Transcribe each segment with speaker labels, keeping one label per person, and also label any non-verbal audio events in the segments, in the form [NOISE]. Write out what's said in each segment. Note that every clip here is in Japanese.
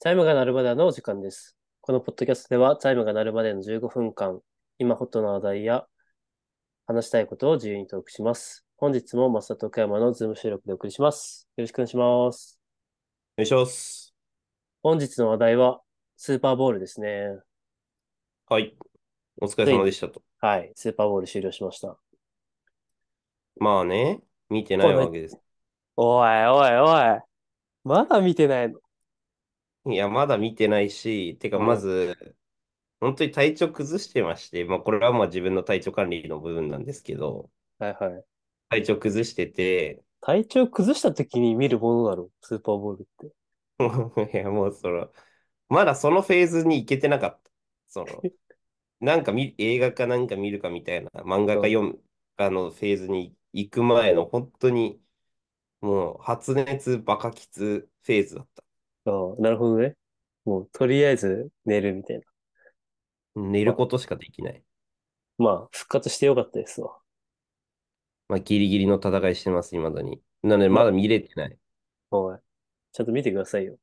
Speaker 1: チャイムが鳴るまでのお時間です。このポッドキャストでは、チャイムが鳴るまでの15分間、今ホットな話題や話したいことを自由にトークします。本日も増田徳山のズーム収録でお送りします。よろしくお願いします。
Speaker 2: お願いします。
Speaker 1: 本日の話題は、スーパーボールですね。
Speaker 2: はい。お疲れ様でしたと。
Speaker 1: はい、スーパーボール終了しました。
Speaker 2: まあね、見てないわけです。
Speaker 1: おいおいおい。まだ見てないの
Speaker 2: いや、まだ見てないし、てか、
Speaker 1: うん
Speaker 2: まず、本当に体調崩してまして、まあ、これはまあ自分の体調管理の部分なんですけど、
Speaker 1: はいはい。
Speaker 2: 体調崩してて、 [LAUGHS]
Speaker 1: 体調崩した時に見るものだろ、スーパーボールって。
Speaker 2: いや、もうその、まだそのフェーズに行けてなかった。そ
Speaker 1: [LAUGHS]
Speaker 2: の、なんか見、映画かなんか見るかみたいな、漫画か読むかのフェーズに行く前の、本当に、もう、発熱、バカキツフェーズだった。
Speaker 1: ああ、なるほどね。もう、とりあえず寝るみたいな。
Speaker 2: 寝ることしかできない。
Speaker 1: まあ、復活してよかったですわ。
Speaker 2: まあ、ギリギリの戦いしてます、未だに。なので、まだ見れてない。
Speaker 1: はい。ちゃんと見てくださいよ。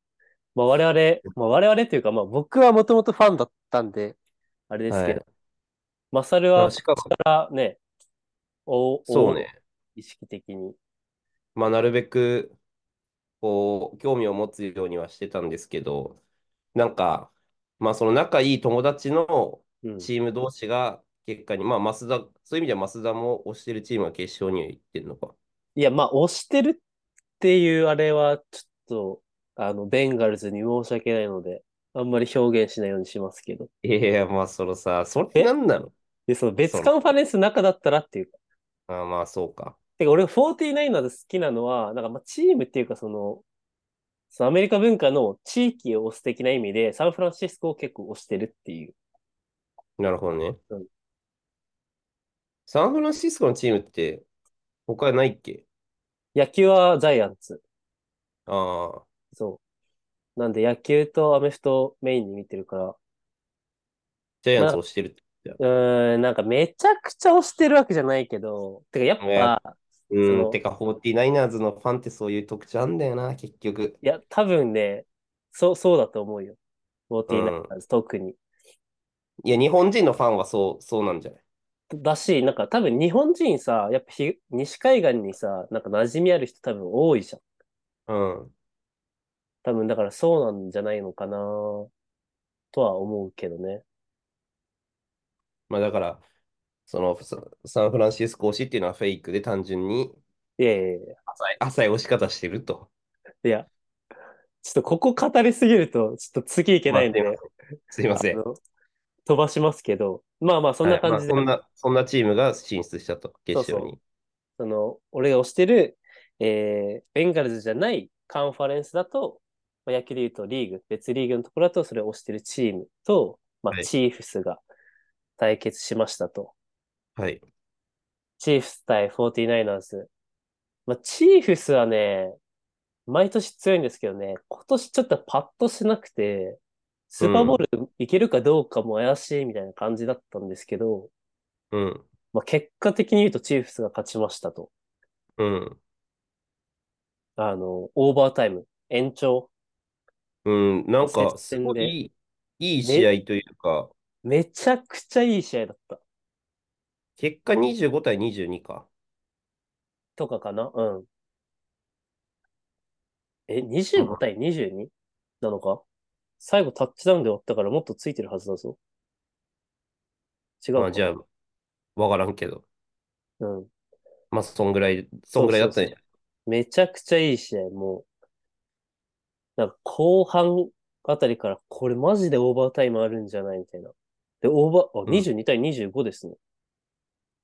Speaker 1: まあ、我々、まあ、我々というか、まあ、僕はもともとファンだったんで、あれですけど、マサル
Speaker 2: ま
Speaker 1: は
Speaker 2: あ、しかも、
Speaker 1: からね、お、
Speaker 2: そう
Speaker 1: お、
Speaker 2: ね。
Speaker 1: 意識的に。
Speaker 2: まあ、なるべく、こう、興味を持つようにはしてたんですけど、なんか、まあ、その仲いい友達の
Speaker 1: うん。
Speaker 2: チーム同士が、結果に、まあ、増田、そういう意味では増田も推してるチームは決勝には行ってるのか。
Speaker 1: いや、まあ、押してるっていうあれは、ちょっと、あの、ベンガルズに申し訳ないので、あんまり表現しないようにしますけど。
Speaker 2: いやいや、まあ、そのさ、そ
Speaker 1: え
Speaker 2: れなんなの
Speaker 1: で、その別カンファレンスの中だったらっていうか。
Speaker 2: ああ、まあ、そうか。
Speaker 1: てか、俺、49の好きなのは、なんか、まあ、チームっていうか、その、そのアメリカ文化の地域を推す的な意味で、サンフランシスコを結構推してるっていう。
Speaker 2: なるほどね
Speaker 1: うん。
Speaker 2: サンフランシスコのチームって、他ないっけ
Speaker 1: 野球はジャイアンツ。
Speaker 2: ああ。
Speaker 1: そう。なんで、野球とアメフトメインに見てるから、
Speaker 2: ジャイアンツをしてるって。
Speaker 1: うーん、なんか、めちゃくちゃ推してるわけじゃないけど、てか、やっ
Speaker 2: いや
Speaker 1: ぱ、そ
Speaker 2: うん、
Speaker 1: の
Speaker 2: てか、49ers のファンってそういう特徴あんだよな、結局。
Speaker 1: いや、多分ね、そう、そうだと思うよ。49ers、特に。
Speaker 2: いや、日本人のファンはそう、そうなんじゃない
Speaker 1: だし、なんか多分日本人さ、やっぱひ西海岸にさ、なんか馴染みある人多分多いじゃん。
Speaker 2: うん。
Speaker 1: 多分だからそうなんじゃないのかなとは思うけどね。
Speaker 2: まあ、だから、その、ササンフランシスコ推しっていうのはフェイクで単純に
Speaker 1: いやいやいや。
Speaker 2: 浅い、浅い推し方してると。
Speaker 1: ちょっとここ語りすぎると、ちょっと次いけないんで、
Speaker 2: まあすいません。
Speaker 1: あの飛ばしますけど、まあまあそんな
Speaker 2: はいまあ
Speaker 1: 感じで、
Speaker 2: そんな、そんなチームが進出したと、決勝に。
Speaker 1: その、俺が推してる、えー、ベンガルズじゃないカンファレンスだと、まあ、野球で言うとリーグ、別リーグのところだと、それを推してるチームと、ま
Speaker 2: は
Speaker 1: あ、
Speaker 2: い
Speaker 1: チーフスが対決しましたと。
Speaker 2: はい。
Speaker 1: チーフス対 49ers。まあ、チーフスはね、毎年強いんですけどね、今年ちょっとパッとしなくて、スーパーボールいけるかどうかも怪しいみたいな感じだったんですけど、
Speaker 2: うん。
Speaker 1: まあ、結果的に言うとチーフスが勝ちましたと。
Speaker 2: うん。
Speaker 1: あの、オーバータイム、延長。
Speaker 2: うん。なんか、
Speaker 1: 接
Speaker 2: す
Speaker 1: 戦
Speaker 2: ご
Speaker 1: で
Speaker 2: い、いい試合というか、
Speaker 1: めちゃくちゃいい試合だった。
Speaker 2: 結果25対22か。
Speaker 1: とかかなうん。え、25対 22? なのか最後タッチダウンで終わったからもっとついてるはずだぞ。違う
Speaker 2: ま
Speaker 1: か
Speaker 2: あ、じゃあ、わからんけど。
Speaker 1: うん。
Speaker 2: まあ、そんぐらい、そんぐらいだったね。
Speaker 1: そうめちゃくちゃいい試合、もう。なんか後半あたりから、これマジでオーバータイムあるんじゃないみたいな。で、オーバー、あ、
Speaker 2: ん
Speaker 1: 22対25ですね。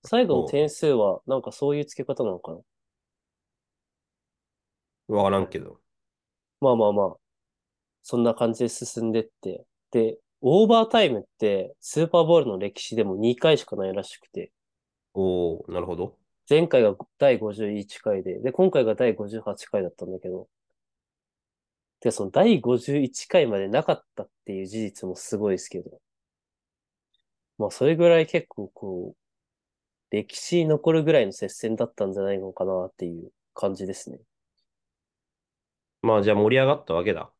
Speaker 1: 最後の点数は、なんかそういう付け方なのかな
Speaker 2: わからんけど。
Speaker 1: まあまあまあ、そんな感じで進んでって。で、オーバータイムって、スーパーボールの歴史でも2回しかないらしくて、
Speaker 2: おお、なるほど。
Speaker 1: 前回が第51回で、で、今回が第58回だったんだけど、で、その第51回までなかったっていう事実もすごいですけど、まあ、それぐらい結構こう、歴史に残るぐらいの接戦だったんじゃないのかなっていう感じですね。
Speaker 2: まあ、じゃあ盛り上がったわけだ。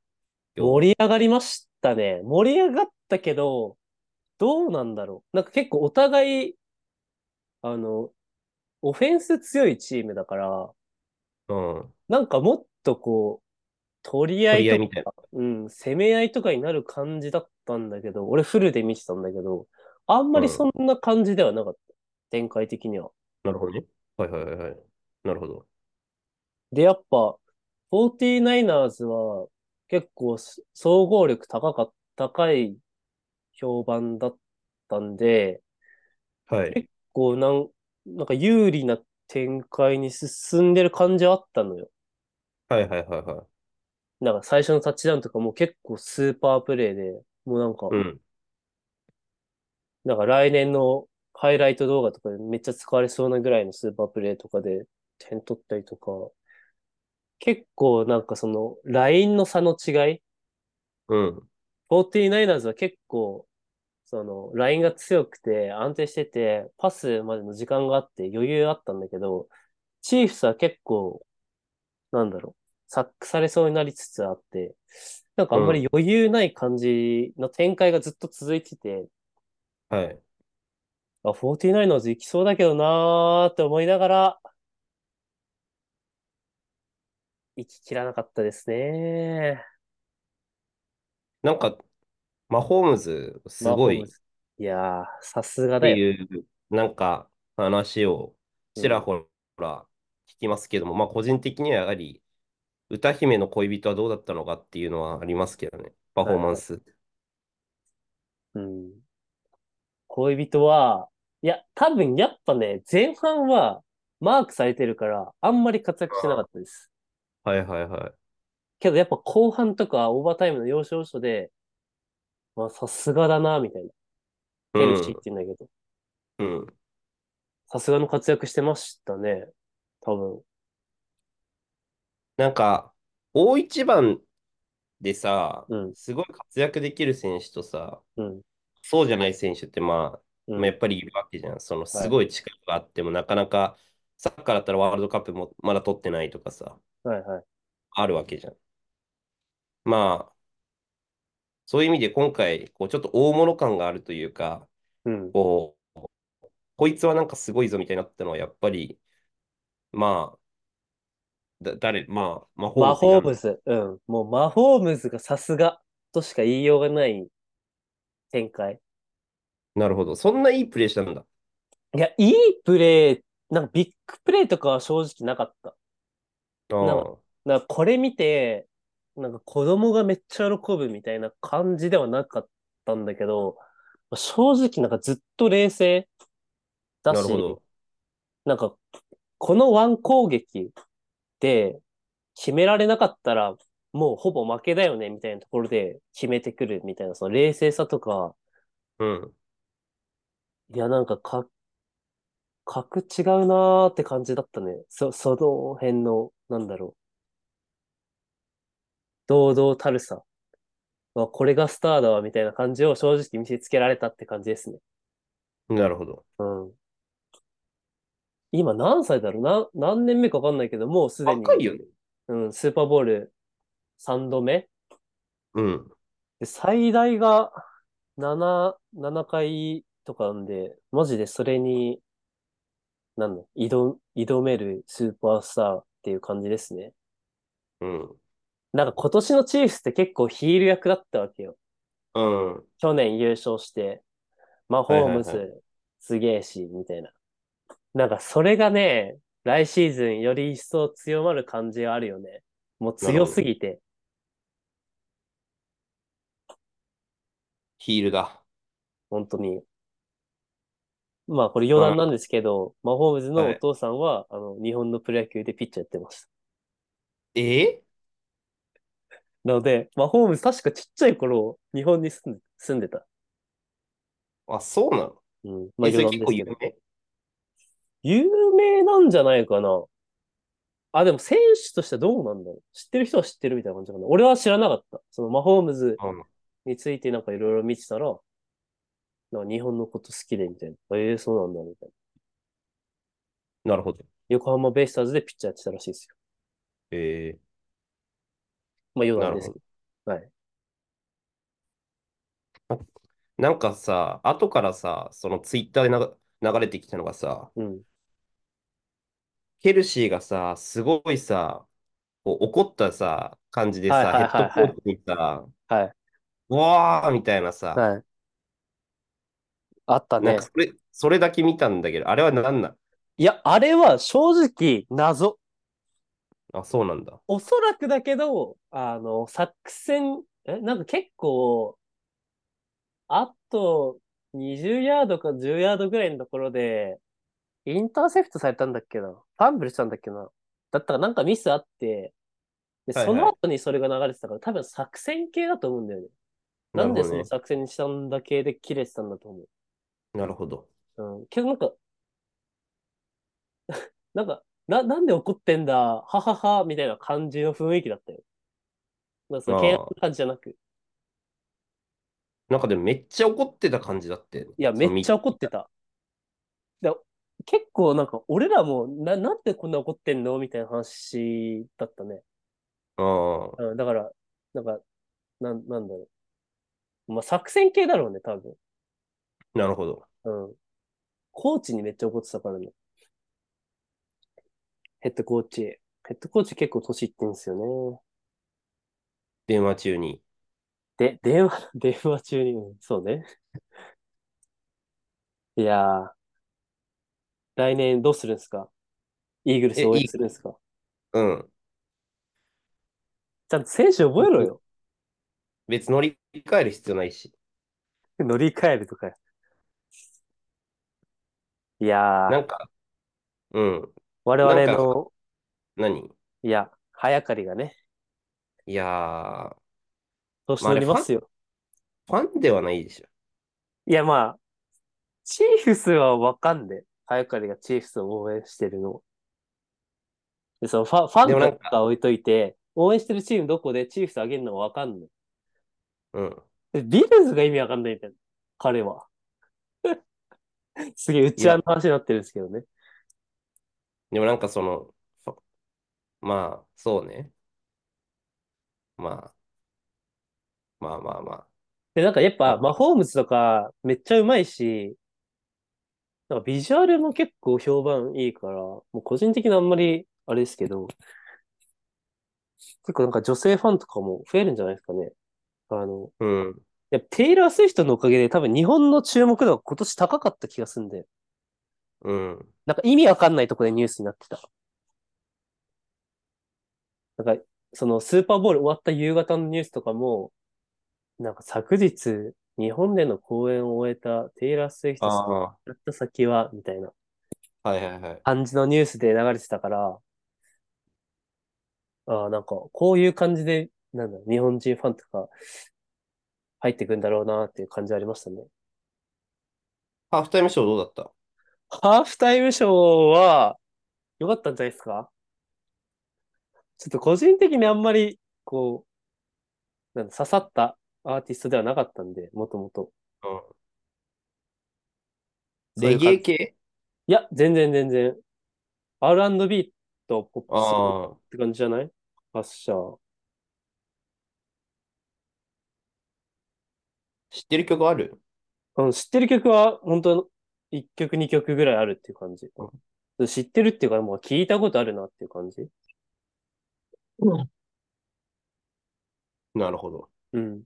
Speaker 2: て思う
Speaker 1: 盛り上がりましたね。盛り上がったけど、どうなんだろう。なんか結構お互い、あの、オフェンス強いチームだから、
Speaker 2: うん。
Speaker 1: なんかもっとこう、取り合
Speaker 2: 取り合い
Speaker 1: い
Speaker 2: み
Speaker 1: と
Speaker 2: たい
Speaker 1: か、うん、攻め合いとかになる感じだったんだけど、俺フルで見てたんだけど、あんまり
Speaker 2: うん
Speaker 1: そんな感じではなかった。展開的には。
Speaker 2: なるほどね。はいはいはいはい。なるほど。
Speaker 1: で、やっぱ、49ers は結構す総合力高か、高い評判だったんで、
Speaker 2: はい。
Speaker 1: こうなん、なんか有利な展開に進んでる感じはあったのよ。
Speaker 2: はいはいはいは
Speaker 1: なんか最初のタッチダウンとかも結構スーパープレイで、もうなんか、
Speaker 2: い。うん。
Speaker 1: なんか来年のハイライト動画とかでめっちゃ使われそうなぐらいのスーパープレイとかで点取ったりとか、結構なんかそのラインの差の違い
Speaker 2: うん。
Speaker 1: 49ers は結構、その、ラインが強くて安定してて、パスまでの時間があって余裕あったんだけど、チーフスは結構、なんだろう、サックされそうになりつつあって、なんかあんまり余裕ない感じの展開がずっと続いてて、
Speaker 2: はい。
Speaker 1: あ、49ers 行きそうだけどなーって思いながら、行ききらなかったですね。
Speaker 2: なんか、マホームズ、す
Speaker 1: マホ
Speaker 2: ご
Speaker 1: ー
Speaker 2: い
Speaker 1: ム
Speaker 2: っ
Speaker 1: ズ。いやー、さすが
Speaker 2: て
Speaker 1: だよ。
Speaker 2: いう、なんか、話を、ちらほら聞きますけども、まあ、個人的にはやはり、歌姫の恋人はどうだったのかっていうのはありますけどね、パフォーマンス。
Speaker 1: うん。恋人は、いや、多分やっぱね、前半はマークされてるから、あんまり活躍してなかったです。
Speaker 2: はいはいはい。
Speaker 1: けどやっぱ後半とかオーバータイムの要所要所で、まあさすがだな、みたいな。ヘルシーって言うんだけど、
Speaker 2: うん。うん。
Speaker 1: さすがの活躍してましたね。多分。
Speaker 2: なんか、大一番でさ、
Speaker 1: うん、
Speaker 2: すごい活躍できる選手とさ、
Speaker 1: うん、
Speaker 2: そうじゃない選手って、まあ、
Speaker 1: うん
Speaker 2: まあやっぱりいるわけじゃん。その、すごい力があっても、なかなか、サッカーだったらワールドカップもまだ取ってないとかさ、
Speaker 1: はいはい。
Speaker 2: あるわけじゃん。まあ、そういう意味で今回、こう、ちょっと大物感があるというか、
Speaker 1: うん、
Speaker 2: こう、こいつはなんかすごいぞみたいになったのは、やっぱり、まあ、だ誰、まあ、マホ
Speaker 1: マホ
Speaker 2: ー
Speaker 1: ーム
Speaker 2: ムズ
Speaker 1: ズ。うん。もうマホームズがさすがとしか言いようがない展開。
Speaker 2: になるなるほど。そんないいプレーしたんだ。
Speaker 1: いや、いいプレー、なんかビッグプレーとかは正直なかった。
Speaker 2: ああ
Speaker 1: なんなんかこれ見て、なんか子供がめっちゃ喜ぶみたいな感じではなかったんだけど、まあ正直なんかずっと冷静だ
Speaker 2: なる
Speaker 1: し、
Speaker 2: ほど。
Speaker 1: なんかこのワン攻撃で決められなかったらもうほぼ負けだよねみたいなところで決めてくるみたいなその冷静さとか、
Speaker 2: うん。
Speaker 1: いやなんかか、格違うなーって感じだったね。そ、その辺の、なんだろう。堂々たるさ。わこれがスターだわ、みたいな感じを正直見せつけられたって感じですね。
Speaker 2: なるほど。
Speaker 1: うん。今何歳だろうな、何年目かわかんないけど、もうすでに、
Speaker 2: 若いよね。
Speaker 1: うん、スーパーボール3度目。
Speaker 2: うん。
Speaker 1: で、最大が7、7回とかなんで、マジでそれに、なんだ、挑、挑めるスーパースターっていう感じですね。
Speaker 2: うん。
Speaker 1: なんか今年のチーフスって結構ヒール役だったわけよ。
Speaker 2: うん。
Speaker 1: 去年優勝して、マホーム
Speaker 2: はいは
Speaker 1: ズすげえし、みたいな。なんかそれがね、来シーズンより一層強まる感じはあるよね。もう強すぎて。
Speaker 2: ヒールだ。
Speaker 1: 本当に。まあこれ余談なんですけど、マホームズのお父さんは、あの、日本のプロ野球でピッチャーやってました。
Speaker 2: ええ
Speaker 1: なので、マホームズ確かちっちゃい頃、日本に住んで住んでた。
Speaker 2: あ、そうなの
Speaker 1: うん。まあ
Speaker 2: え、それ
Speaker 1: 余談
Speaker 2: 結
Speaker 1: で
Speaker 2: 構
Speaker 1: すけ
Speaker 2: 有
Speaker 1: ど。
Speaker 2: 名
Speaker 1: 有名なんじゃないかな。あ、でも選手としてはどうなんだろう。知ってる人は知ってるみたいな感じかな。俺は知らなかった。そのマホームズ
Speaker 2: うん。
Speaker 1: についてなんかいろいろ見てたら、なんか日本のこと好きでみたいな。ええそうなんだ、みたいな。
Speaker 2: なるほど。
Speaker 1: 横浜ベイスターズでピッチャーやってたらしいですよ。
Speaker 2: ええ
Speaker 1: まあ余
Speaker 2: な
Speaker 1: 談
Speaker 2: る
Speaker 1: です
Speaker 2: ほ
Speaker 1: けど
Speaker 2: ど。
Speaker 1: はい。
Speaker 2: なんかさ、後からさ、そのツイッターでなが流れてきたのがさ、
Speaker 1: うん。
Speaker 2: ケルシーがさ、すごいさ、こう怒ったさ、感じで
Speaker 1: はい
Speaker 2: さ、
Speaker 1: はい
Speaker 2: ヘッド
Speaker 1: はいはい
Speaker 2: コーチにさ、
Speaker 1: はい。
Speaker 2: わーみたいなさ、
Speaker 1: はい。あった
Speaker 2: なん
Speaker 1: ね
Speaker 2: か。それ、それだけ見たんだけど、あれは何なん
Speaker 1: いや、あれは正直謎。
Speaker 2: あ、そうなんだ。
Speaker 1: おそらくだけど、あの、作戦、え、なんか結構、あと20ヤードか10ヤードぐらいのところで、インターセプトされたんだっけな。ファンブルしたんだっけな。だったかなんかミスあって、で、
Speaker 2: はい
Speaker 1: そ
Speaker 2: は
Speaker 1: の
Speaker 2: い
Speaker 1: 後にそれが流れてたから、多分作戦系だと思うんだよね。なんで
Speaker 2: なるほ
Speaker 1: そ
Speaker 2: ど
Speaker 1: の
Speaker 2: ね。
Speaker 1: 作戦にしたんだ系で切れてたんだと思
Speaker 2: なるほど。
Speaker 1: う。うん。けどなんか、 [LAUGHS] なんか、な、なんで怒ってんだ、ははは、みたいな感じの雰囲気だったよ。まあ、その、
Speaker 2: ああ
Speaker 1: 険悪な感じじゃなく。
Speaker 2: なんかでもめっちゃ怒ってた感じだって。
Speaker 1: いや、
Speaker 2: そ
Speaker 1: め
Speaker 2: の
Speaker 1: っちゃ怒ってた。で結構なんか、俺らも、な、なんでこんな怒ってんのみたいな話だったね。
Speaker 2: ああ、
Speaker 1: うん、だから、なんか、なん、なんだろう。まあ、作戦系だろうね、多分。
Speaker 2: なるほど。
Speaker 1: うん。コーチにめっちゃ怒ってたからね。ヘッドコーチ。ヘッドコーチ結構年いってんすよ
Speaker 2: 電話中に。
Speaker 1: ね。で、電話、 [LAUGHS] 電話中に、うんそうね。 [LAUGHS] いやー、来年どうするんすかイーグルス
Speaker 2: え
Speaker 1: 応
Speaker 2: イ
Speaker 1: 援
Speaker 2: ー
Speaker 1: するんすか
Speaker 2: うん。
Speaker 1: ちゃんと選手覚えろよ。
Speaker 2: 別に乗り換える必要ないし。
Speaker 1: 乗り換えるとか。いや
Speaker 2: な
Speaker 1: ー、
Speaker 2: んか、うん。
Speaker 1: 我々
Speaker 2: なんか
Speaker 1: の、
Speaker 2: 何
Speaker 1: いや、早かりがね、
Speaker 2: いやー、
Speaker 1: 調子乗りますよ。
Speaker 2: ファンではないでしょ。
Speaker 1: いや、まあ、チーフスはわかんで、早かりがチーフスを応援してるの。で、そのファファン
Speaker 2: でもな
Speaker 1: と
Speaker 2: んか
Speaker 1: か置いといて、応援してるチームどこでチーフス上げるのわかんない。
Speaker 2: うん。
Speaker 1: でビルズが意味わかんないみたいな、彼は。 [LAUGHS] すげえ、うちわの話になってるんですけどね。
Speaker 2: でもなんかその、そまあ、そうね。まあ、まあまあまあ。
Speaker 1: で、なんかやっぱ、
Speaker 2: うん
Speaker 1: マホームズとか、めっちゃうまいし、なんかビジュアルも結構評判いいから、もう個人的にあんまり、あれですけど、結構なんか女性ファンとかも増えるんじゃないですかね。あの、
Speaker 2: うん。
Speaker 1: いやテイラー・スウィフトのおかげで多分日本の注目度が今年高かった気がするんで、
Speaker 2: うん。
Speaker 1: なんか意味わかんないとこでニュースになってた。なんか、そのスーパーボール終わった夕方のニュースとかも、なんか昨日、日本での公演を終えたテイラー・スウィフト
Speaker 2: あ
Speaker 1: さん
Speaker 2: あ、は
Speaker 1: やった先は、みたいない
Speaker 2: はいはい。
Speaker 1: 感じのニュースで流れてたから、ああ、なんか、こういう感じで、なんだ、日本人ファンとか入ってくんだろうなっていう感じありましたね。
Speaker 2: ハーフタイムショーどうだった
Speaker 1: ハーフタイムショーは、良かったんじゃないですかちょっと個人的にあんまり、こう、なんだ刺さったアーティストではなかったんで、もともと。
Speaker 2: うん。
Speaker 1: そうい
Speaker 2: レ
Speaker 1: う
Speaker 2: ゲ
Speaker 1: 感
Speaker 2: エ
Speaker 1: じ
Speaker 2: 系
Speaker 1: いや、全然全然。R&B とポップス
Speaker 2: ああ、
Speaker 1: って感じじゃない発射。
Speaker 2: 知ってる曲ある
Speaker 1: うん、知ってる曲は、本当1曲2曲ぐらいあるっていう感じ。知ってるっていうか、もう聞いたことあるなっていう感じ。
Speaker 2: なるほど。
Speaker 1: うん。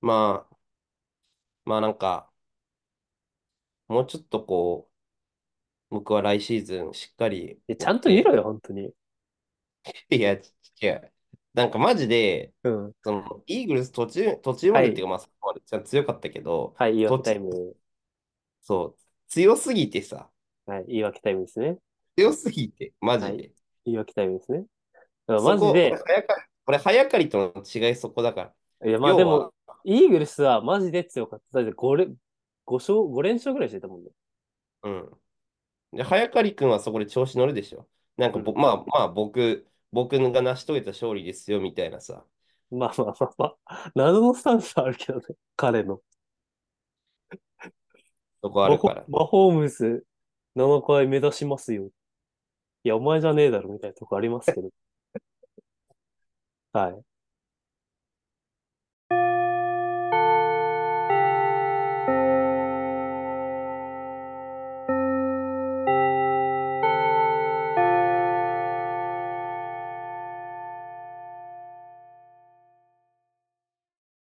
Speaker 2: まあ、まあなんか、もうちょっとこう、僕は来シーズンしっかり [LAUGHS]
Speaker 1: いやち
Speaker 2: 追
Speaker 1: ゃ
Speaker 2: っ
Speaker 1: んと見ろ
Speaker 2: て、
Speaker 1: よ、本当に。
Speaker 2: いや、いや、なんかマジで、
Speaker 1: うん。
Speaker 2: その、イーグルス途中、途中までっていうか、まあ、そこまでちゃんと強かったけど、
Speaker 1: はい、言い
Speaker 2: 途
Speaker 1: 訳タイ
Speaker 2: 中、
Speaker 1: ム。
Speaker 2: そう、強すぎてさ、
Speaker 1: はい、言い訳タイムですね。
Speaker 2: 強すぎて、マ
Speaker 1: は
Speaker 2: ジ
Speaker 1: い
Speaker 2: で。
Speaker 1: 言い訳タイムですね。だから
Speaker 2: そ
Speaker 1: マジ
Speaker 2: こ、
Speaker 1: で
Speaker 2: 俺、、 [LAUGHS] 早かり、俺、早かりとの違い、そこだから。
Speaker 1: いや、まあで
Speaker 2: 要
Speaker 1: も
Speaker 2: は、、
Speaker 1: イーグルスはマジで強かった。だって5連、5勝、5連勝ぐらいしてたもんね。
Speaker 2: うん。で、早刈君はそこで調子乗るでしょ。なんか
Speaker 1: う
Speaker 2: ぼ、まあまあ、僕、僕が成し遂げた勝利ですよ、みたいなさ。
Speaker 1: ん。まあまあまあまあ、謎のスタンスはあるけどね、彼の。
Speaker 2: そこあ
Speaker 1: マ
Speaker 2: る
Speaker 1: ホ
Speaker 2: から。
Speaker 1: マホームズ7回目指しますよ。
Speaker 2: [LAUGHS]
Speaker 1: いや、お前じゃねえだろみたいなとこありますけど。はい。